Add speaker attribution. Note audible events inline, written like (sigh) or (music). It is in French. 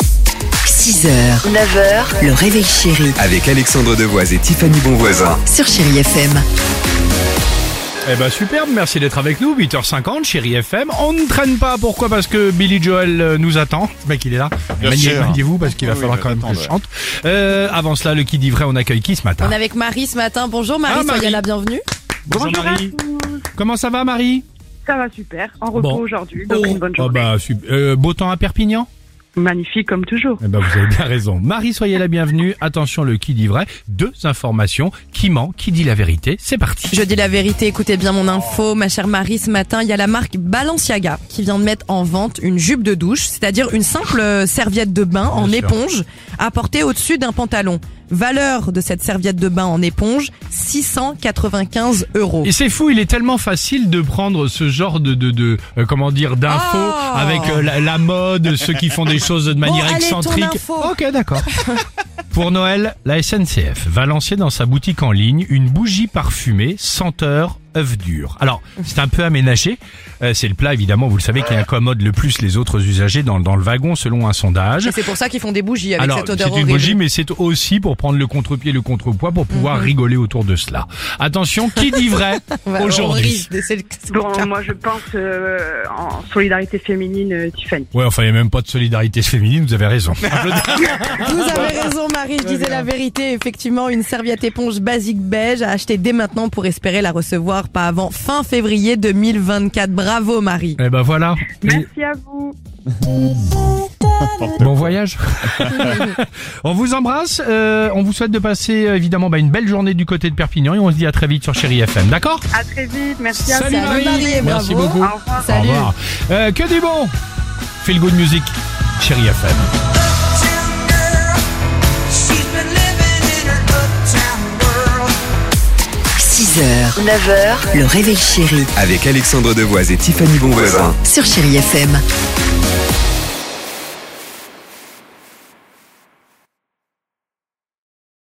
Speaker 1: 6h, 9h, le réveil chéri
Speaker 2: Avec Alexandre Devoise et Tiffany Bonvoisin.
Speaker 1: sur Chérie FM.
Speaker 3: Eh ben superbe, merci d'être avec nous, 8h50, chérie FM. On ne traîne pas, pourquoi Parce que Billy Joel euh, nous attend. Le mec, il est là.
Speaker 4: Bien
Speaker 3: Maniez-
Speaker 4: sûr.
Speaker 3: Maniez-vous, parce qu'il va
Speaker 4: Oui,
Speaker 3: falloir
Speaker 4: je
Speaker 3: quand même
Speaker 4: t'attends,
Speaker 3: que je
Speaker 4: ouais.
Speaker 3: chante. Euh, avant cela, le qui dit vrai, on accueille qui ce matin
Speaker 5: On est avec Marie ce matin. Bonjour Marie,
Speaker 3: Ah, Marie.
Speaker 5: soyez la bienvenue.
Speaker 3: Bonjour, Marie. Comment ça va, Marie
Speaker 6: Ça va super, en repos
Speaker 3: Bon.
Speaker 6: aujourd'hui, donc une bonne
Speaker 3: Oh
Speaker 6: journée.
Speaker 3: bah, sup- euh, beau temps à Perpignan
Speaker 6: Magnifique comme toujours.
Speaker 3: Eh ben, vous avez bien raison. Marie, soyez la bienvenue. Attention, le qui dit vrai. Deux informations. Qui ment, qui dit la vérité. C'est parti.
Speaker 5: Je dis la vérité, écoutez bien mon info, ma chère Marie. Ce matin, il y a la marque Balenciaga qui vient de mettre en vente une jupe de douche, c'est-à-dire une simple euh, serviette de bain en
Speaker 3: Bien sûr.
Speaker 5: éponge à porter au-dessus d'un pantalon. Valeur de cette serviette de bain en éponge 695 euros.
Speaker 3: Et c'est fou, il est tellement facile de prendre ce genre de, de, de euh, comment dire, d'infos
Speaker 5: Oh.
Speaker 3: avec euh, la, la mode, ceux qui font des choses de manière
Speaker 5: allez, ton
Speaker 3: excentrique.
Speaker 5: info.
Speaker 3: Ok,
Speaker 5: (laughs)
Speaker 3: d'accord. Pour Noël, la SNCF va lancer dans sa boutique en ligne une bougie parfumée senteur œuf dur. Alors, c'est un peu aménagé. Euh, c'est le plat, évidemment, vous le savez, qui incommode le plus les autres usagers dans, dans le wagon, selon un sondage.
Speaker 5: Et c'est pour ça qu'ils font des bougies avec
Speaker 3: Alors,
Speaker 5: cette odeur
Speaker 3: c'est
Speaker 5: horrible.
Speaker 3: une bougie, mais c'est aussi pour prendre le contre-pied, le contrepoids, pour pouvoir rigoler autour de cela. Attention, qui dit vrai
Speaker 5: On va- on
Speaker 3: aujourd'hui
Speaker 5: risque de- c'est le- c'est le
Speaker 6: Bon,
Speaker 5: cas.
Speaker 6: moi je pense euh, en solidarité féminine, euh, Tiffany.
Speaker 3: Ouais, enfin, il n'y a même pas de solidarité féminine, vous avez raison.
Speaker 5: Vous avez raison Marie, je disais la vérité. Effectivement, une serviette éponge basique beige à acheter dès maintenant pour espérer la recevoir pas avant fin février 2024. Bravo Marie.
Speaker 3: Eh ben voilà. Et
Speaker 6: Merci à vous.
Speaker 3: Bon voyage. (laughs) on vous embrasse, euh, on vous souhaite de passer euh, évidemment bah, une belle journée du côté de Perpignan et on se dit à très vite sur Chéri FM, d'accord
Speaker 6: À très vite, merci à vous.
Speaker 5: Salut, Marie, et bravo.
Speaker 3: Merci beaucoup.
Speaker 6: Au revoir.
Speaker 3: Au
Speaker 5: Salut.
Speaker 3: revoir. Euh, que du bon Feel good music, Chéri FM.
Speaker 7: She's been living in her uptown world.
Speaker 1: 6h, 9h, le réveil chéri
Speaker 2: Avec Alexandre Devoise et Tiffany Bonvoisin.
Speaker 1: sur Chérie FM.